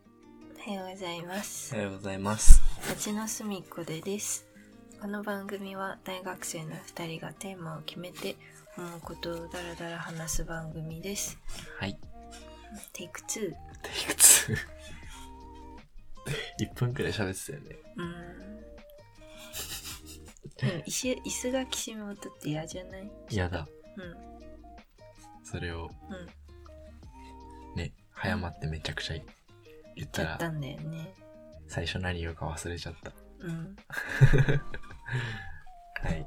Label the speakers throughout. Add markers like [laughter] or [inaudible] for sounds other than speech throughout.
Speaker 1: おはようございます
Speaker 2: おはようございます。
Speaker 1: 町のすみっこでですこの番組は大学生の2人がテーマを決めて思うことをダラダラ話す番組です
Speaker 2: はい。
Speaker 1: テイク2
Speaker 2: テイク2。1分くらい喋ってたよね。
Speaker 1: うーんでも椅子椅子がきしむ音って嫌じゃない
Speaker 2: 嫌だ。
Speaker 1: うん
Speaker 2: それを、
Speaker 1: うん
Speaker 2: ね、早まってめちゃくちゃ言っ
Speaker 1: ち
Speaker 2: た
Speaker 1: ゃった
Speaker 2: ら、
Speaker 1: んだよね
Speaker 2: 最初何言うか忘れちゃった。
Speaker 1: うん
Speaker 2: はい。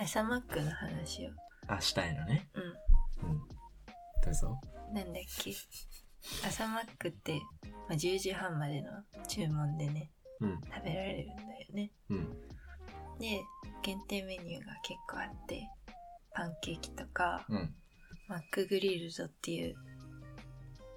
Speaker 1: あサマックの話を
Speaker 2: あ、したいのね。
Speaker 1: うん
Speaker 2: うん。どうぞ。
Speaker 1: なんだっけ朝マックって、まあ、10時半までの注文でね
Speaker 2: うん。
Speaker 1: 食べられるんだよね
Speaker 2: うん。
Speaker 1: で限定メニューが結構あってパンケーキとか
Speaker 2: うん。
Speaker 1: マックグリルドっていう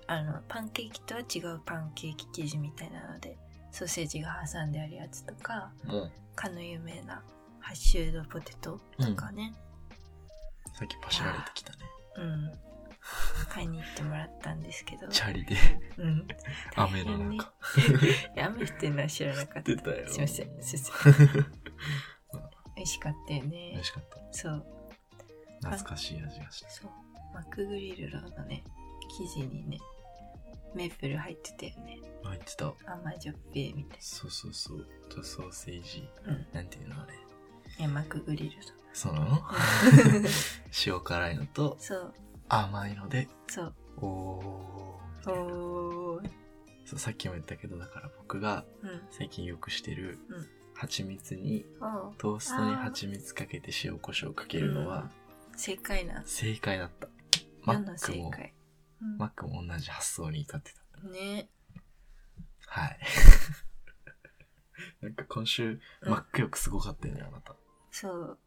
Speaker 1: あのパンケーキとは違うパンケーキ生地みたいなのでソーセージが挟んであるやつとか
Speaker 2: も
Speaker 1: かの有名なハッシュドポテト
Speaker 2: う、う
Speaker 1: と
Speaker 2: ん。
Speaker 1: か
Speaker 2: さ
Speaker 1: ね、
Speaker 2: っきパシられてきたね。
Speaker 1: うん、買いに行ってもらったんですけど、
Speaker 2: チャ [laughs] リで、
Speaker 1: うん、大
Speaker 2: 雨
Speaker 1: 変
Speaker 2: の
Speaker 1: ね [laughs] い
Speaker 2: 中。
Speaker 1: や雨降ってるのは知らなかっ
Speaker 2: 出
Speaker 1: た。
Speaker 2: たよ。
Speaker 1: すいません、すいません。美味しかったよ
Speaker 2: [laughs] 美
Speaker 1: ね
Speaker 2: 味。しかった。
Speaker 1: そう、
Speaker 2: 懐かしい味がした。
Speaker 1: そう。マックグリルローのね、生地にね、メープル入ってたよね。
Speaker 2: 入ってた。
Speaker 1: 甘じょっぴーみたい
Speaker 2: そうそうそう。とソーセージ。
Speaker 1: な。うん。い
Speaker 2: なんていうのあれ。
Speaker 1: や、マックグリル
Speaker 2: その [laughs]
Speaker 1: ロー。
Speaker 2: 塩辛いのと
Speaker 1: そう、
Speaker 2: 甘いので、
Speaker 1: そう。
Speaker 2: おーみたいな。
Speaker 1: おー。
Speaker 2: そう、さっきも言ったけど、だから僕が
Speaker 1: うん。
Speaker 2: 最近よくしてる
Speaker 1: うん、
Speaker 2: 蜂蜜に、
Speaker 1: おー。
Speaker 2: トーストに蜂蜜かけて塩コショウかけるのは
Speaker 1: 正解な。
Speaker 2: 正解だった。マ
Speaker 1: 何の
Speaker 2: ック
Speaker 1: 正
Speaker 2: も、
Speaker 1: 解。
Speaker 2: マックも同じ発想に至ってた。
Speaker 1: うん、ね [laughs]
Speaker 2: はい。なんか今週、
Speaker 1: うん
Speaker 2: マック欲すごかったよね、あなた。
Speaker 1: そう。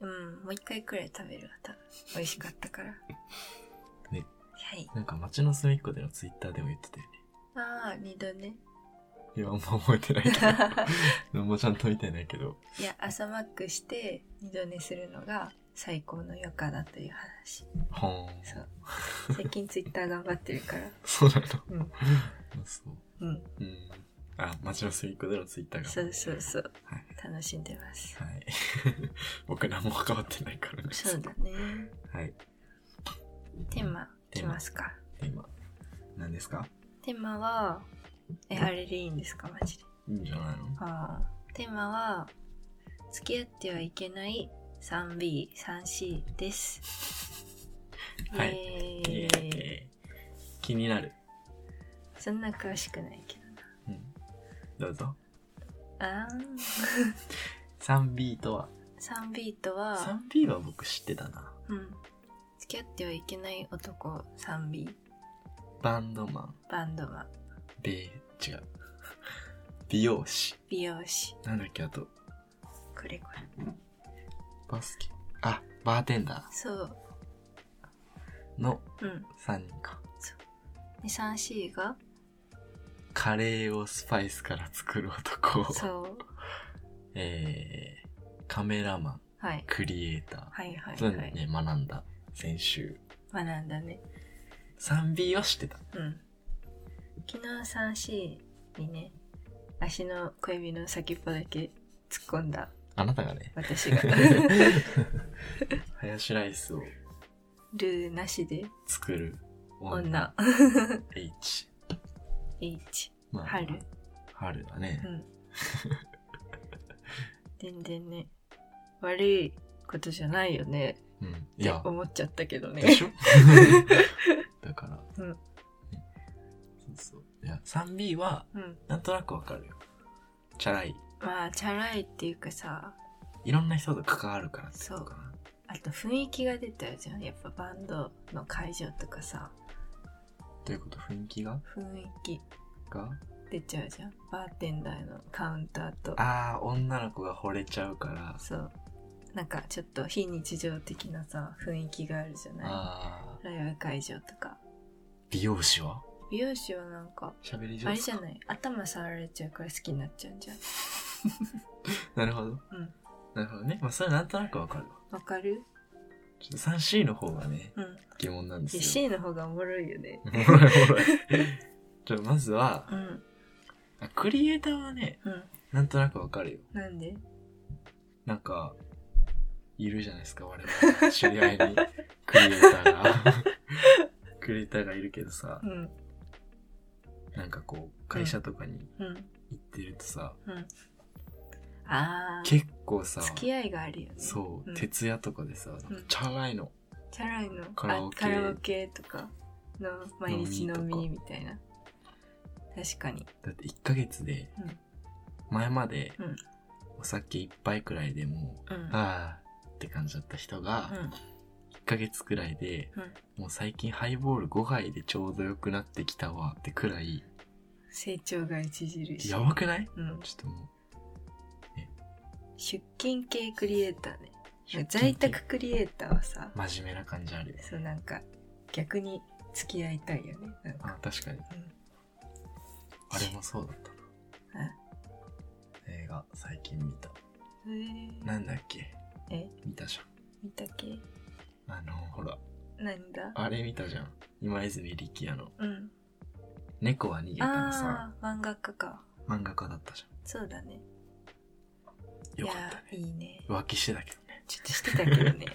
Speaker 1: うん、もう一回くらい食べるわ、多分。美味しかったから。
Speaker 2: [laughs] ね。
Speaker 1: はい。
Speaker 2: なんか街の隅っこでのツイッターでも言ってたよね。
Speaker 1: ああ、二度
Speaker 2: [laughs]
Speaker 1: ね。
Speaker 2: 今あんま覚えてないけど。
Speaker 1: [laughs]
Speaker 2: 何もちゃんと見てないけど。
Speaker 1: いや朝マックして二度寝するのが最高の余暇だという話
Speaker 2: はーん。
Speaker 1: そう最近ツイッター頑張ってるから
Speaker 2: そうなの。
Speaker 1: うん
Speaker 2: あそう。
Speaker 1: うん
Speaker 2: うん。あ、街の隅っこでのツイッターが。
Speaker 1: そうそうそう
Speaker 2: はい。
Speaker 1: 楽しんでます
Speaker 2: はい。 [laughs] 僕何も関わってないからね。
Speaker 1: そうだね
Speaker 2: はい。
Speaker 1: テーマいきますか
Speaker 2: で今、何ですか
Speaker 1: テーマはえあれでいいんですかマジで
Speaker 2: いいんじゃないの
Speaker 1: あーテーマは付き合ってはいけない 3B3C です
Speaker 2: は
Speaker 1: イ
Speaker 2: いイエ
Speaker 1: エーイ
Speaker 2: ーイ気になる。
Speaker 1: そんな詳しくないけ
Speaker 2: うん。どうぞ。
Speaker 1: どあー
Speaker 2: 3B とは
Speaker 1: 3B とは
Speaker 2: ?3B は僕知ってたな。
Speaker 1: うん。付き合ってはいけない男 3B、
Speaker 2: バンドマン、
Speaker 1: バンドマン、
Speaker 2: ベー、違う。 [laughs] 美容師。
Speaker 1: 美容師、
Speaker 2: なんだっけ、あと、
Speaker 1: これこれ。
Speaker 2: バスケ。あ、バーテンダ
Speaker 1: そう、
Speaker 2: ーの
Speaker 1: うん。
Speaker 2: 3人か。
Speaker 1: で、3C が、
Speaker 2: カレーをスパイスから作る男。
Speaker 1: そう、
Speaker 2: えー、カメラマン、
Speaker 1: はい。
Speaker 2: クリエイター。
Speaker 1: はいはい
Speaker 2: そういう
Speaker 1: は
Speaker 2: の
Speaker 1: い。
Speaker 2: ね、学んだ。先週。
Speaker 1: 学んだね。
Speaker 2: 3B を知ってた。
Speaker 1: うん。昨日 3C にね、足の小指の先っぽだけ突っ込んだ
Speaker 2: あなたがね、
Speaker 1: 私
Speaker 2: [laughs]
Speaker 1: が。
Speaker 2: ハヤシライスを
Speaker 1: ルーなしで
Speaker 2: 作る女。
Speaker 1: 女。
Speaker 2: H。
Speaker 1: H。
Speaker 2: まあ
Speaker 1: 春。
Speaker 2: 春だね
Speaker 1: う。ん。全然ね、悪いことじゃないよね。
Speaker 2: うん。
Speaker 1: っ
Speaker 2: い
Speaker 1: て
Speaker 2: や、
Speaker 1: 思っちゃったけどね
Speaker 2: で。
Speaker 1: [laughs]
Speaker 2: しょだから。
Speaker 1: うん
Speaker 2: ねそうそう。いや、3B は、
Speaker 1: うん。
Speaker 2: なんとなくわかるよ。チャラい。
Speaker 1: まあ、チャラいっていうかさ、
Speaker 2: いろんな人と関わるからってことかな。
Speaker 1: あと雰囲気が出たじゃん。やっぱバンドの会場とかさ、
Speaker 2: どういうこと雰囲気が
Speaker 1: 雰囲気
Speaker 2: が
Speaker 1: 出ちゃうじゃん。バーテンダーのカウンターと。
Speaker 2: ああ、女の子が惚れちゃうから。
Speaker 1: そう。なんかちょっと非日常的なさ、雰囲気があるじゃな
Speaker 2: ああ。
Speaker 1: いライブ会場とか。
Speaker 2: 美容師は
Speaker 1: 美容師はなんか、
Speaker 2: 喋り上手
Speaker 1: あれじゃない頭触られちゃうから好きになっちゃうんじゃん。
Speaker 2: なるほど。
Speaker 1: うん。
Speaker 2: なるほどね。まあ、それなんとなくわかるわ。
Speaker 1: わかる
Speaker 2: ちょっと 3C の方がね、
Speaker 1: うん。
Speaker 2: [laughs] 疑問なんですよ。
Speaker 1: C の方がおもろいよね。
Speaker 2: おもろいおもろい。じゃあまずは、
Speaker 1: うん。
Speaker 2: あクリエイターはね、
Speaker 1: うん。
Speaker 2: なんとなくわかるよ。
Speaker 1: なんで
Speaker 2: なんか、いるじゃないですか、我々。知り合いに。 [laughs] クリエイターが。クリエイターがいるけどさ
Speaker 1: う、ん。
Speaker 2: なんかこう、会社とかに
Speaker 1: うん。
Speaker 2: 行ってるとさ、
Speaker 1: ああ。
Speaker 2: 結構さ、
Speaker 1: 付き合いがあるよね。
Speaker 2: そう、
Speaker 1: ん
Speaker 2: 徹夜とかでさ、なんか
Speaker 1: うん
Speaker 2: チャラいの。
Speaker 1: チャラいのあ
Speaker 2: カラオケ
Speaker 1: カラオケとかの毎日飲みみたいな確かに
Speaker 2: だって1ヶ月で
Speaker 1: うん、
Speaker 2: 前まで
Speaker 1: うん、
Speaker 2: お酒一杯くらいでも
Speaker 1: うん
Speaker 2: う、あーって感じだった人が、1ヶ月くらいで、
Speaker 1: うん
Speaker 2: もう最近ハイボール5杯でちょうど良くなってきたわってくらい、
Speaker 1: 成長が著しい
Speaker 2: やばくない
Speaker 1: うん、
Speaker 2: ちょっとも
Speaker 1: 出勤系クリエイターね
Speaker 2: う。
Speaker 1: 在宅クリエイターはさ
Speaker 2: 真面目な感じあるよね。
Speaker 1: そうなんか逆に付き合いたいよねなんか
Speaker 2: あ、確かに。あれもそうだったな。映画、最近見た。
Speaker 1: えー
Speaker 2: なんだっけ
Speaker 1: え
Speaker 2: 見たじゃん。
Speaker 1: 見たけ
Speaker 2: あの、ほら、
Speaker 1: 何だ
Speaker 2: あれ見たじゃん。今泉力也の、
Speaker 1: うん
Speaker 2: 猫は逃げたのさ、
Speaker 1: ああ漫画家か
Speaker 2: 漫画家だったじ
Speaker 1: そうだね
Speaker 2: ゃん。よかった
Speaker 1: いやー
Speaker 2: ね。
Speaker 1: いいね
Speaker 2: 浮気してたけどね。
Speaker 1: ちょっとしてたけど
Speaker 2: [laughs]
Speaker 1: ね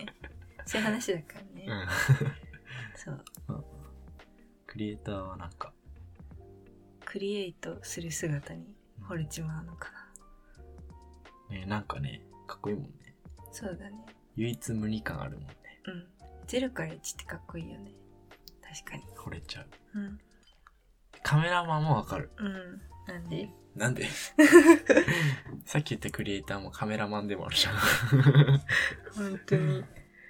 Speaker 1: そういう話だからね、
Speaker 2: うん。 [laughs]
Speaker 1: そう
Speaker 2: クリエイターはなんか、
Speaker 1: クリエイトする姿に惚れちまうのか
Speaker 2: ね、なんかね、かっこいいもんね。
Speaker 1: なそうだね
Speaker 2: 唯一無二感あるもんね。
Speaker 1: うんゼロから1ってかっこいいよね確かに
Speaker 2: 惚れちゃう。
Speaker 1: うん
Speaker 2: カメラマンもわかる。
Speaker 1: うんなんで
Speaker 2: な
Speaker 1: [laughs]
Speaker 2: んでさっき言ったクリエイターもカメラマンでもあるじゃん。
Speaker 1: [laughs] 本当に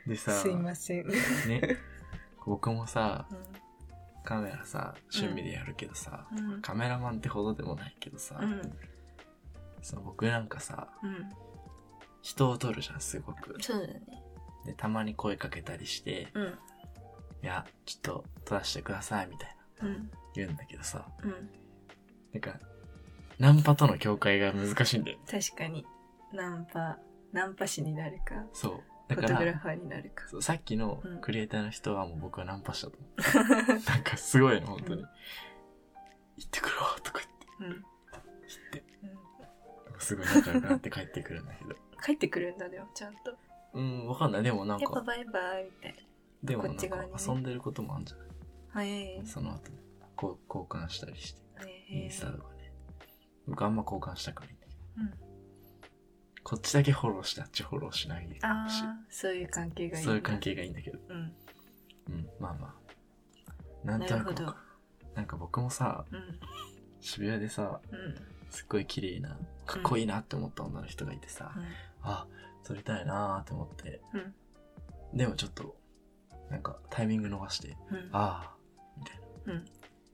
Speaker 2: でさ、
Speaker 1: すいません、うん、
Speaker 2: ね、僕もさ、カメラさ、趣味でやるけどさ、
Speaker 1: うん
Speaker 2: カメラマンってほどでもないけどさ、
Speaker 1: うん
Speaker 2: その僕なんかさ、
Speaker 1: うん
Speaker 2: 人を撮るじゃん、すごく。
Speaker 1: そうだね
Speaker 2: で、たまに声かけたりして、
Speaker 1: うん
Speaker 2: いや、ちょっと撮らせてください、みたいな
Speaker 1: うん
Speaker 2: 言うんだけどさ、
Speaker 1: うん
Speaker 2: なんか、ナンパとの境界が難しいんだよ。
Speaker 1: 確かにナンパナンパ師になるか
Speaker 2: そう。だ
Speaker 1: フ
Speaker 2: か
Speaker 1: ォトグラ
Speaker 2: ら、
Speaker 1: ファーになるか
Speaker 2: そうさっきの
Speaker 1: うん
Speaker 2: クリエイターの人はもう僕はナン
Speaker 1: [laughs]
Speaker 2: パしたと思う。なんかすごいの、本当に。
Speaker 1: うん
Speaker 2: 行ってくるわ、とか
Speaker 1: うん、うん、
Speaker 2: 言って。すごい仲良くなって帰ってくるんだけど。
Speaker 1: 帰ってくるんだねちゃんと
Speaker 2: うん、わかんない。でもなん
Speaker 1: やっぱ
Speaker 2: か、
Speaker 1: バイバイみたい
Speaker 2: でもな
Speaker 1: こ
Speaker 2: ん
Speaker 1: っち
Speaker 2: か
Speaker 1: 側にね
Speaker 2: 遊んでることもあるんじゃない
Speaker 1: なはいね
Speaker 2: その後、こう交換したりして、イ
Speaker 1: え
Speaker 2: ンスタとかね。僕あんま交換したくないんだけど。
Speaker 1: うん
Speaker 2: こっちだけフォローして、あっちフォローしないし。
Speaker 1: ああそういう関係がいいな
Speaker 2: そういう関係がいいんだけど。
Speaker 1: うん
Speaker 2: うん、まあまあ。なんとなくわかる
Speaker 1: なる
Speaker 2: なんか僕もさ、
Speaker 1: うん
Speaker 2: 渋谷でさ、
Speaker 1: うん
Speaker 2: すっごい綺麗な、かっこいいなって思った女の人がいてさ、あ、撮りたいなーって思って、
Speaker 1: うん
Speaker 2: でもちょっと、なんかタイミング伸ばして、
Speaker 1: うん
Speaker 2: あー、みたいな。
Speaker 1: うん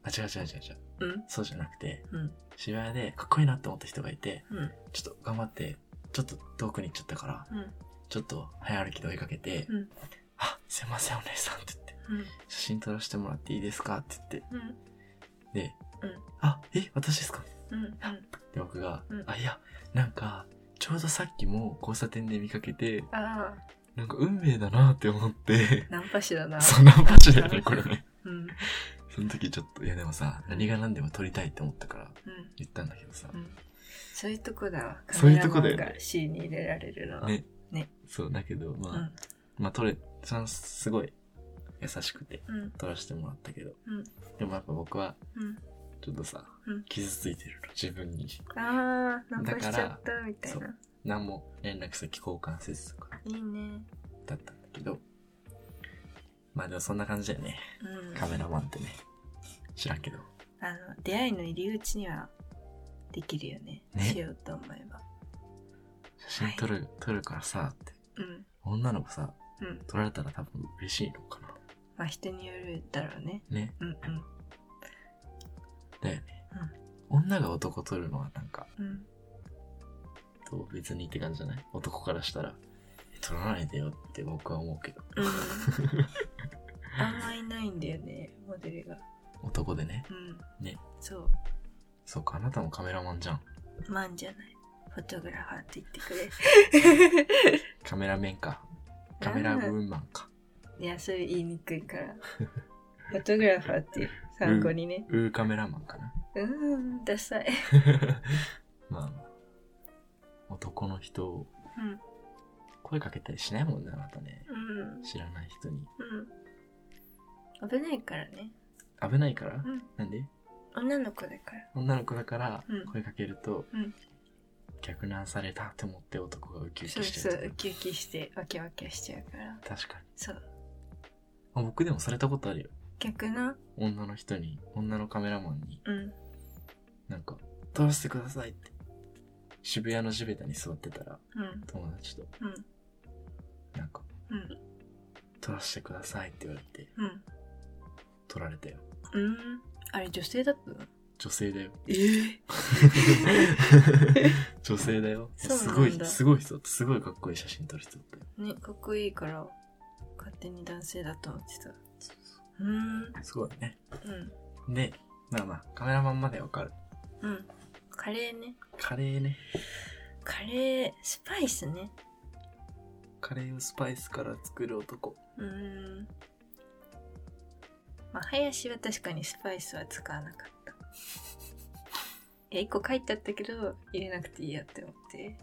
Speaker 2: あ、違う違う違う違う。
Speaker 1: うん
Speaker 2: そうじゃなくて、
Speaker 1: うん
Speaker 2: 渋谷でかっこいいなって思った人がいて、
Speaker 1: うん
Speaker 2: ちょっと頑張って、ちょっと遠くに行っちゃったから、
Speaker 1: うん
Speaker 2: ちょっと早歩きで追いかけて、
Speaker 1: うん
Speaker 2: あ、すいませんお姉さんって言って、写真撮らせてもらっていいですかって言って、
Speaker 1: うん
Speaker 2: で、
Speaker 1: うん
Speaker 2: あ、え、私ですか
Speaker 1: うんうん
Speaker 2: で僕が、
Speaker 1: うん
Speaker 2: あいやなんかちょうどさっきも交差点で見かけて
Speaker 1: ああ
Speaker 2: なんか運命だなって思って
Speaker 1: ナンパ師だな
Speaker 2: そんな場所だよねこれね [laughs]
Speaker 1: うん
Speaker 2: その時ちょっといやでもさ何が何でも撮りたいって思ったから
Speaker 1: うん
Speaker 2: 言ったんだけどさ
Speaker 1: う、んそういうとこだわ
Speaker 2: そういうとこだよ
Speaker 1: カメ
Speaker 2: ね
Speaker 1: ラマンが C に入れられるのは
Speaker 2: ね
Speaker 1: ね
Speaker 2: そうだけどま
Speaker 1: う
Speaker 2: あ、
Speaker 1: ん
Speaker 2: まあ撮れチャンスすごい優しくて
Speaker 1: うん
Speaker 2: 撮らせてもらったけど、
Speaker 1: うん
Speaker 2: でもやっぱ僕は
Speaker 1: うん
Speaker 2: ちょっとさ、
Speaker 1: うん
Speaker 2: 傷ついてるの自分に
Speaker 1: ああナンパしち
Speaker 2: だか
Speaker 1: ゃ
Speaker 2: ら
Speaker 1: ったみたいな
Speaker 2: 何も連絡先交換せずとか
Speaker 1: いいね
Speaker 2: だったんだけどまあでもそんな感じだよね
Speaker 1: うん
Speaker 2: カメラマンってね知らんけど
Speaker 1: あの出会いの入り口にはできるよね
Speaker 2: ね
Speaker 1: しようと思えば
Speaker 2: 写真撮る、撮るからさって
Speaker 1: うん
Speaker 2: 女の子さ
Speaker 1: うん
Speaker 2: 撮られたら多分嬉しいのかな
Speaker 1: まあ人によるだろうね
Speaker 2: ね
Speaker 1: うんうん
Speaker 2: だよね、女が男撮るのはなんか
Speaker 1: うん
Speaker 2: どう別にって感じじゃない男からしたら撮らないでよって僕は思うけど
Speaker 1: うんあんまいないんだよねモデルが
Speaker 2: 男でね
Speaker 1: うん
Speaker 2: ね
Speaker 1: そう
Speaker 2: そうかあなたもカメラマンじゃん
Speaker 1: マンじゃないフォトグラファーって言って [laughs] くれ
Speaker 2: カメラメンかカメラウーマンか
Speaker 1: [laughs] いやそれ言いにくいからフォトグラファーっていう参考にね。
Speaker 2: ウーカメラマンかな。
Speaker 1: うーん、ダサい。
Speaker 2: [laughs] まあまあ。男の人を
Speaker 1: うん、
Speaker 2: 声かけたりしないもんね、あなたね。
Speaker 1: うん、
Speaker 2: 知らない人に。
Speaker 1: うん。危ないからね。
Speaker 2: 危ないから、
Speaker 1: うん。
Speaker 2: なんで
Speaker 1: 女の子だから。
Speaker 2: 女の子だから
Speaker 1: うん
Speaker 2: 声かけると、
Speaker 1: うん
Speaker 2: 逆ナンされたって思って男がウキウ
Speaker 1: そう
Speaker 2: キし
Speaker 1: そ
Speaker 2: て
Speaker 1: う、ウ
Speaker 2: る
Speaker 1: キウキして、ワキワキしちゃうから。
Speaker 2: 確かに
Speaker 1: そう。
Speaker 2: あ僕でもされたことあるよ
Speaker 1: 逆な、
Speaker 2: 女の人に女のカメラマンに
Speaker 1: うん、
Speaker 2: なんか「撮らせてください」って渋谷の地べたに座ってたら
Speaker 1: うん、
Speaker 2: 友達と
Speaker 1: うん、
Speaker 2: なんか
Speaker 1: うん、
Speaker 2: 「撮らせてください」って言われて
Speaker 1: うん。
Speaker 2: 撮られたよ
Speaker 1: うん。あれ、女性だったの
Speaker 2: 女性だよ
Speaker 1: ええ
Speaker 2: [laughs] 女性だよ
Speaker 1: そうなん
Speaker 2: す
Speaker 1: だ
Speaker 2: ごいすごい人すごいかっこいい写真撮る人だったよ
Speaker 1: ね、かっこいいから、勝手に男性だと思ってた。うーん、
Speaker 2: すごいね
Speaker 1: うん、
Speaker 2: でまあまあカメラマンまでわかる
Speaker 1: うん。カレーね。
Speaker 2: カレーね
Speaker 1: カレー、スパイスね。
Speaker 2: カレーをスパイスから作る男
Speaker 1: うーん。まあ、林は確かにスパイスは使わなかった。いや、一個書いてあったけど、入れなくていいやって思って。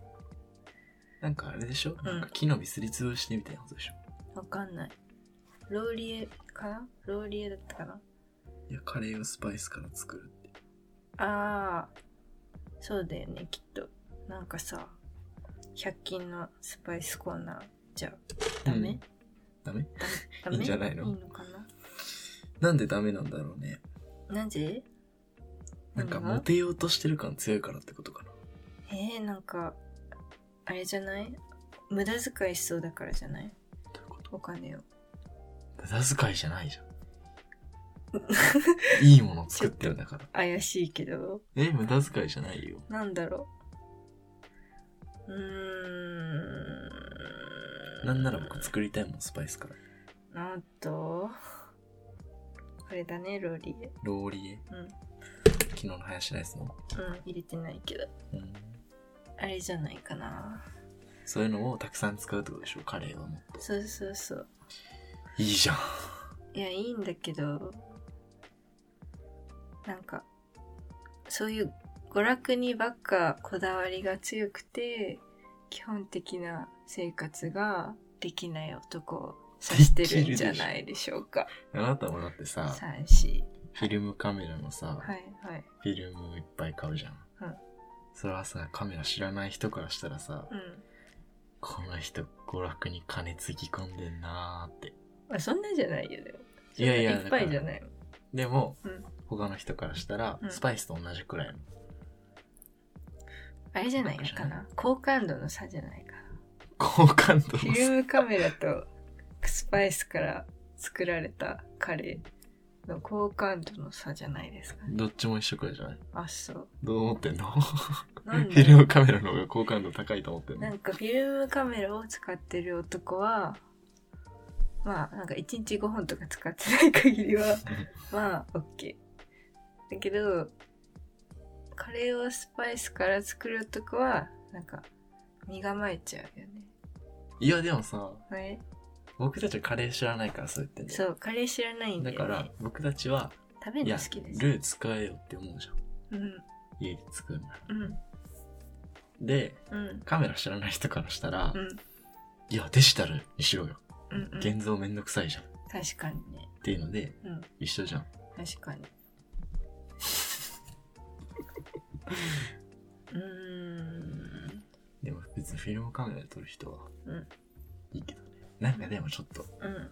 Speaker 2: なんかあれでしょ、
Speaker 1: ん
Speaker 2: なんか木の実すりつぶしてみたいなことでしょ
Speaker 1: わかんない。ローリエかなローリエだったかない
Speaker 2: やカレーをスパイスから作るって
Speaker 1: ああ、そうだよね、きっと。なんかさ、100均のスパイスコーナーじゃダメ、
Speaker 2: うんダメ
Speaker 1: ダメ
Speaker 2: いいんじゃないの
Speaker 1: いいのかな
Speaker 2: なんでダメなんだろうね
Speaker 1: なぜ
Speaker 2: なんか
Speaker 1: 何が
Speaker 2: モテようとしてる感強いからってことかな
Speaker 1: えー、なんか、あれじゃない無駄遣いしそうだからじゃない
Speaker 2: どういうこと
Speaker 1: お金を。
Speaker 2: 無駄遣いじゃないじ
Speaker 1: [laughs]
Speaker 2: ゃんいいもの作ってるんだから
Speaker 1: 怪しいけど。
Speaker 2: え無駄遣いじゃないよ
Speaker 1: なんだろう。うーん。
Speaker 2: なんなら僕作りたいもんスパイスから
Speaker 1: なんと、これだね、ローリエ。
Speaker 2: ローリエ
Speaker 1: うん。
Speaker 2: 昨日のハヤシライスの、
Speaker 1: うん、入れてないけど。
Speaker 2: うん、
Speaker 1: あれじゃないかな。
Speaker 2: そういうのをたくさん使うってことでしょカレーはもう
Speaker 1: そうそうそう。
Speaker 2: いいじゃん
Speaker 1: いや、いいんだけど、なんか、そういう娯楽にばっかこだわりが強くて、基本的な生活ができない男を指してるんじゃないでしょうか。
Speaker 2: あなたもだってさ
Speaker 1: 三四。
Speaker 2: フィルムカメラのさ、
Speaker 1: はいはい。
Speaker 2: フィルムいっぱい買うじゃん。
Speaker 1: うん
Speaker 2: それはさ、カメラ知らない人からしたらさ、
Speaker 1: うん。
Speaker 2: この人娯楽に金つぎ込んでんなーって。
Speaker 1: あ、そんなじゃないよ、でも。
Speaker 2: いやい
Speaker 1: そ
Speaker 2: や
Speaker 1: んないっぱいじゃない。
Speaker 2: でも、
Speaker 1: うん
Speaker 2: 他の人からしたら、
Speaker 1: うん
Speaker 2: スパイスと同じくらいの。
Speaker 1: あれじゃないのかな好感度の差じゃないかな。
Speaker 2: 好感度
Speaker 1: フ
Speaker 2: の
Speaker 1: ィ
Speaker 2: さ
Speaker 1: ルムカメラとスパイスから作られたカレーの好感度の差じゃないですかね。
Speaker 2: どっちも一緒くらいじゃない
Speaker 1: あ、そう。
Speaker 2: どう思ってんの
Speaker 1: な
Speaker 2: フ
Speaker 1: ん
Speaker 2: ィル
Speaker 1: で
Speaker 2: ムカメラの方が好感度高いと思ってん
Speaker 1: な
Speaker 2: の
Speaker 1: んかフィルムカメラを使ってる男は、まあなんか1日5本とか使ってない限りは、まあ OK。だけど、カレーをスパイスから作る男は、なんか身構えちゃうよね。
Speaker 2: いやでもさ、
Speaker 1: はい、
Speaker 2: 僕たちはカレー知らないからそう言ってんだ
Speaker 1: そ
Speaker 2: よ。
Speaker 1: う、カレー知らないんだ
Speaker 2: だ
Speaker 1: よ、ね。
Speaker 2: から、僕たちは、
Speaker 1: 食べ
Speaker 2: い
Speaker 1: る
Speaker 2: や
Speaker 1: の好き、です。
Speaker 2: ルー使えよって思うじゃん。
Speaker 1: うん、
Speaker 2: 家で作るなら。
Speaker 1: うん、
Speaker 2: で、
Speaker 1: うん。
Speaker 2: カメラ知らない人からしたら、
Speaker 1: うん
Speaker 2: いや、デジタルにしろよ。
Speaker 1: うんうん、
Speaker 2: 現像めんどくさいじゃん。っ
Speaker 1: 確かにね。
Speaker 2: ていうので、
Speaker 1: うん、
Speaker 2: 一緒じゃん。
Speaker 1: 確かに。うーん。
Speaker 2: でも別にフィルムカメラで撮る人は、
Speaker 1: うん
Speaker 2: いいけどね。なんかでもちょっと、
Speaker 1: うん。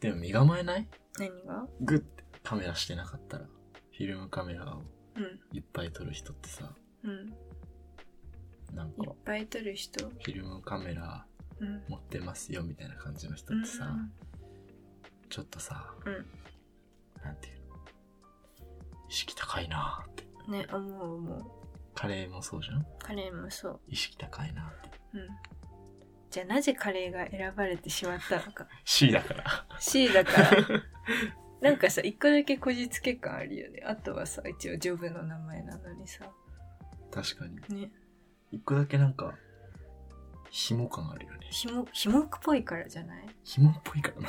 Speaker 2: でも身構えない
Speaker 1: 何が
Speaker 2: グッてカメラしてなかったら、フィルムカメラを
Speaker 1: うん。
Speaker 2: いっぱい撮る人ってさ、
Speaker 1: うん。
Speaker 2: なん
Speaker 1: い
Speaker 2: か
Speaker 1: っ、ぱい撮る人。
Speaker 2: フィルムカメラ
Speaker 1: うん。
Speaker 2: 持ってますよみたいな感じの人
Speaker 1: う
Speaker 2: っ
Speaker 1: ん
Speaker 2: てさ、ちょっとさ、
Speaker 1: うん
Speaker 2: なんていうの意識高いなーって。
Speaker 1: ね、思う思
Speaker 2: カレーもそうじゃん
Speaker 1: う。カレーもそ
Speaker 2: 意識高いなーって。
Speaker 1: う。うん。じゃあなぜカレーが選ばれてしまった
Speaker 2: [laughs]
Speaker 1: のか。
Speaker 2: C だから。
Speaker 1: C だから。なんかさ、一個だけこじつけ感あるよね。あとはさ、一応ジョブの名前なのにさ。
Speaker 2: 確かに。
Speaker 1: ね。
Speaker 2: 一個だけなんか、紐感あるよね。
Speaker 1: ひも、ひもっぽいからじゃない
Speaker 2: 紐っぽいからなの。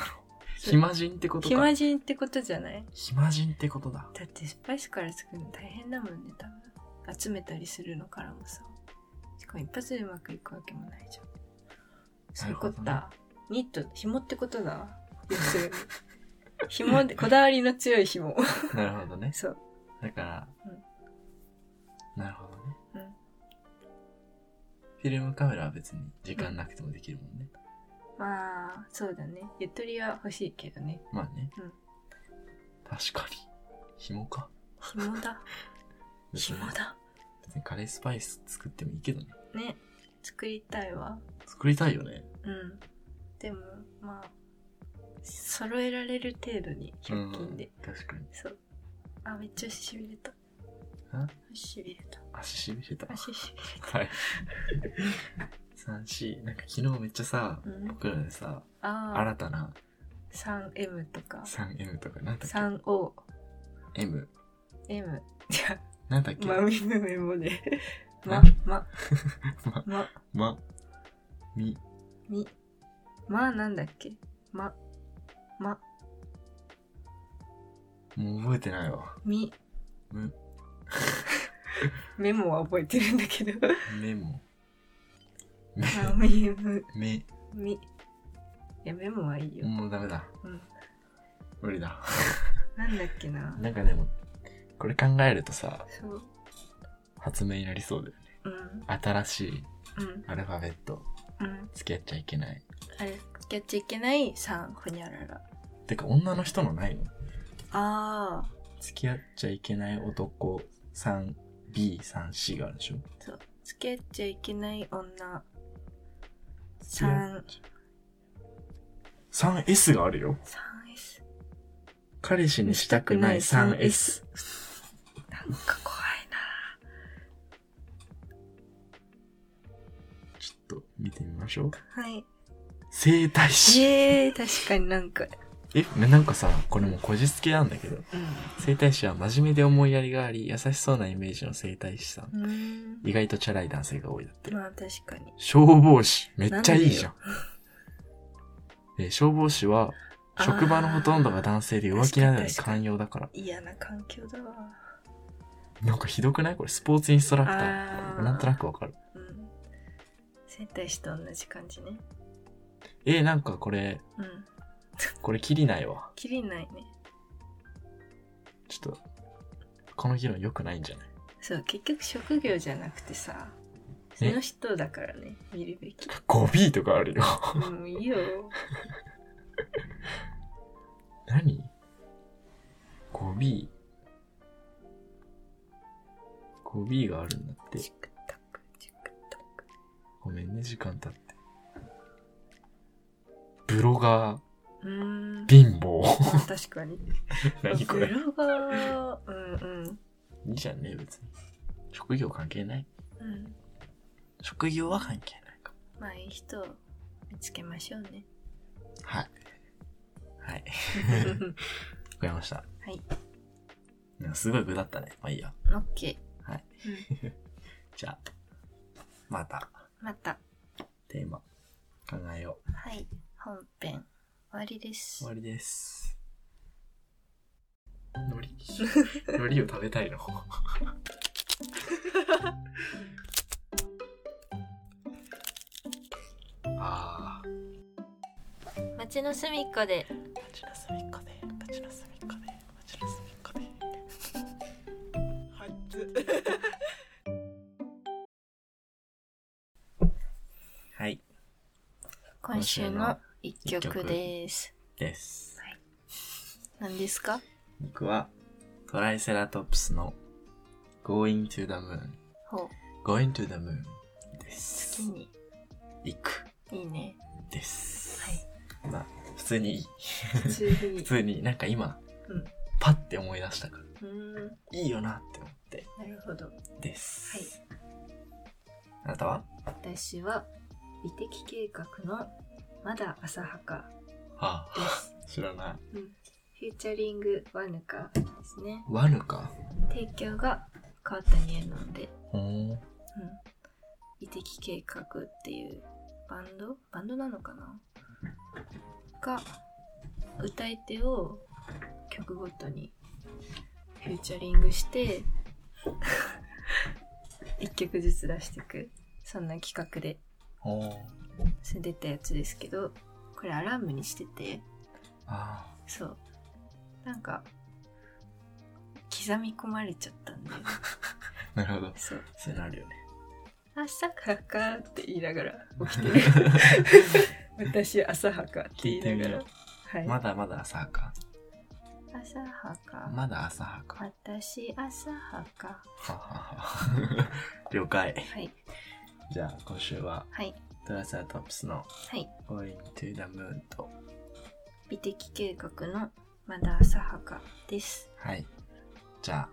Speaker 2: 暇人ってことか。
Speaker 1: 暇人ってことじゃない
Speaker 2: 暇人ってことだ。
Speaker 1: だってスパイスから作るの大変だもんね多分集めたりするのからもさしかも一発でうまくいくわけもないじゃんそういうこと
Speaker 2: なる
Speaker 1: だ、ニット紐ってことだ要するに [laughs] 紐でこだわりの強い紐 [laughs]
Speaker 2: なるほどね。
Speaker 1: そう
Speaker 2: だから、なるほどね。
Speaker 1: うん
Speaker 2: フィルムカメラは別に時間なくてもできるもんね。
Speaker 1: まあそうだねゆとりは欲しいけどね
Speaker 2: まあね。
Speaker 1: うん
Speaker 2: 確かに。紐か。
Speaker 1: 紐だ
Speaker 2: 別に
Speaker 1: 紐だ
Speaker 2: 別にカレースパイス作ってもいいけどね。
Speaker 1: ね作りたいわ
Speaker 2: 作りたいよね。
Speaker 1: うんでもまあ揃えられる程度に100均で、
Speaker 2: うん確かに。
Speaker 1: そうあめっちゃしびれた
Speaker 2: あ
Speaker 1: しびれた
Speaker 2: 足しびれた。
Speaker 1: 足しびれ
Speaker 2: はい。 [laughs] 三四なんか昨日めっちゃさ、
Speaker 1: たうん
Speaker 2: 僕らでさ、
Speaker 1: あ
Speaker 2: 新たな
Speaker 1: あ 3M とか
Speaker 2: 3M とか、なんだっ
Speaker 1: 3OM
Speaker 2: け ?M。
Speaker 1: じゃ
Speaker 2: なんだっけ
Speaker 1: あマミムメモでま
Speaker 2: な
Speaker 1: ま
Speaker 2: [laughs] ま、
Speaker 1: ま
Speaker 2: ま、み、
Speaker 1: みまあなんだっけまま
Speaker 2: もう覚えてないわ。
Speaker 1: み
Speaker 2: む、
Speaker 1: [laughs] メモは覚えてるんだけ
Speaker 2: [laughs]
Speaker 1: ど
Speaker 2: メモ。め、
Speaker 1: マミム
Speaker 2: め、
Speaker 1: みいやメモはいいよ、
Speaker 2: もうダメだ。
Speaker 1: うん、
Speaker 2: 無理だ。
Speaker 1: なんだっけな
Speaker 2: なんかでも、これ考えるとさ、
Speaker 1: そう
Speaker 2: 発明になりそうだよね。
Speaker 1: うん
Speaker 2: 新しい
Speaker 1: うん
Speaker 2: アルファベット、
Speaker 1: うん
Speaker 2: 付き合っちゃいけない。
Speaker 1: あれやっちゃいけない3ほにゃらら
Speaker 2: てか、女の人のないの
Speaker 1: ああ
Speaker 2: 付き合っちゃいけない男 3B、3C があるでしょ
Speaker 1: そう付き合っちゃいけない女
Speaker 2: 付き合っちゃ 3S があるよ。
Speaker 1: 3S
Speaker 2: 彼氏にしたくない 3S。
Speaker 1: なんか怖いな
Speaker 2: ちょっと見てみましょう。
Speaker 1: [laughs] はい
Speaker 2: 生体師。
Speaker 1: えー、確かになんか
Speaker 2: え、なんかさ、これもうこじつけなんだけど。
Speaker 1: う
Speaker 2: 生体師は真面目で思いやりがあり、優しそうなイメージの生体師さん。
Speaker 1: んうー
Speaker 2: 意外とチャラい男性が多いだって。
Speaker 1: んまあ確かに
Speaker 2: 消防士。めっちゃいいじゃん。え消防士は、職場のほとんどが男性で浮気などに寛容だから。
Speaker 1: 嫌な環境だわ
Speaker 2: なんかひどくないこれスポーツインストラクター。
Speaker 1: あー
Speaker 2: なんとなくわかる。
Speaker 1: うん整体師と同じ感じね
Speaker 2: えなんかこれ、
Speaker 1: うん
Speaker 2: これ切りないわ。
Speaker 1: きりないね
Speaker 2: ちょっと、この議論良くないんじゃない
Speaker 1: そう結局職業じゃなくてさそ
Speaker 2: え
Speaker 1: の人だからね見るべ [laughs] き
Speaker 2: ?5B とかあるよ。 [laughs]
Speaker 1: もういいよ
Speaker 2: 何 ?5B。5B があるんだって。
Speaker 1: チクタクチクタク
Speaker 2: ごめんね、時間経って。ブロガ
Speaker 1: うーん
Speaker 2: ー、貧乏。
Speaker 1: まあ確かに
Speaker 2: [laughs] 何こ
Speaker 1: ブ
Speaker 2: れ。
Speaker 1: ロガーうんうん
Speaker 2: いいじゃんね、別に。職業関係ない。
Speaker 1: うん
Speaker 2: 職業は関係ないか。
Speaker 1: まあいい人を見つけましょうね
Speaker 2: はい。はい。わかりました。
Speaker 1: はい
Speaker 2: なんかすごい具だったね。まあいいや。
Speaker 1: [laughs] オッケ
Speaker 2: はい。
Speaker 1: ー、うん、
Speaker 2: [laughs] じゃあ、また、
Speaker 1: また
Speaker 2: テーマ、考えよう。
Speaker 1: はい本編終わりです
Speaker 2: 終わりです。
Speaker 1: [laughs]
Speaker 2: 海苔海苔を食べたいの。あー。
Speaker 1: 街の隅っこで
Speaker 2: 町の隅っこで、町の隅っこで、町の隅っこで。はい、
Speaker 1: 今週の一曲です
Speaker 2: です。
Speaker 1: 何ですか
Speaker 2: 僕は、トライセラトプスの Going to the Moon。
Speaker 1: ほう
Speaker 2: Going to the Moon で
Speaker 1: 月
Speaker 2: す。
Speaker 1: に
Speaker 2: 行く
Speaker 1: いいね
Speaker 2: です。 [laughs]
Speaker 1: はい
Speaker 2: まあ、普通にいい。
Speaker 1: 普通にい
Speaker 2: 普
Speaker 1: い
Speaker 2: 通になんか今、
Speaker 1: うん
Speaker 2: パッて思い出したから、
Speaker 1: うーん
Speaker 2: いいよなって思って、
Speaker 1: なるほど
Speaker 2: です。あなたは
Speaker 1: 私は美的計画のまだ浅はか
Speaker 2: あ
Speaker 1: で
Speaker 2: あ、
Speaker 1: す
Speaker 2: 知らな
Speaker 1: フ
Speaker 2: い。
Speaker 1: ューチャリングワヌカですね
Speaker 2: ワヌか。
Speaker 1: 提供が川谷絵音で、
Speaker 2: ほー
Speaker 1: うん、美的計画っていうバンドバンドなのかなが歌い手を曲ごとにフューチャリングして [laughs] 一曲ずつ出していくそんな企画で
Speaker 2: おー
Speaker 1: それ出たやつですけどこれアラームにしてて
Speaker 2: あ
Speaker 1: そうなんか刻み込まれちゃったん
Speaker 2: [laughs]
Speaker 1: で
Speaker 2: ーなるほど
Speaker 1: そう
Speaker 2: そうなるよね
Speaker 1: 朝はかって言いながら起き
Speaker 2: [laughs]
Speaker 1: てる私朝はかって言いなが
Speaker 2: 聞いてみ
Speaker 1: ら
Speaker 2: よ
Speaker 1: はい、
Speaker 2: まだまだ浅はか
Speaker 1: 朝はか、
Speaker 2: まだ浅はか
Speaker 1: 私朝はか
Speaker 2: ははは了解
Speaker 1: はい
Speaker 2: じゃあ今週は
Speaker 1: はい
Speaker 2: トラサートップスの
Speaker 1: はい
Speaker 2: 「Going to the Moon と」
Speaker 1: 美的計画のまだ浅はかです
Speaker 2: はいじゃあ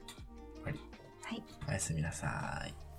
Speaker 2: 終わり
Speaker 1: はい
Speaker 2: おやすみなさい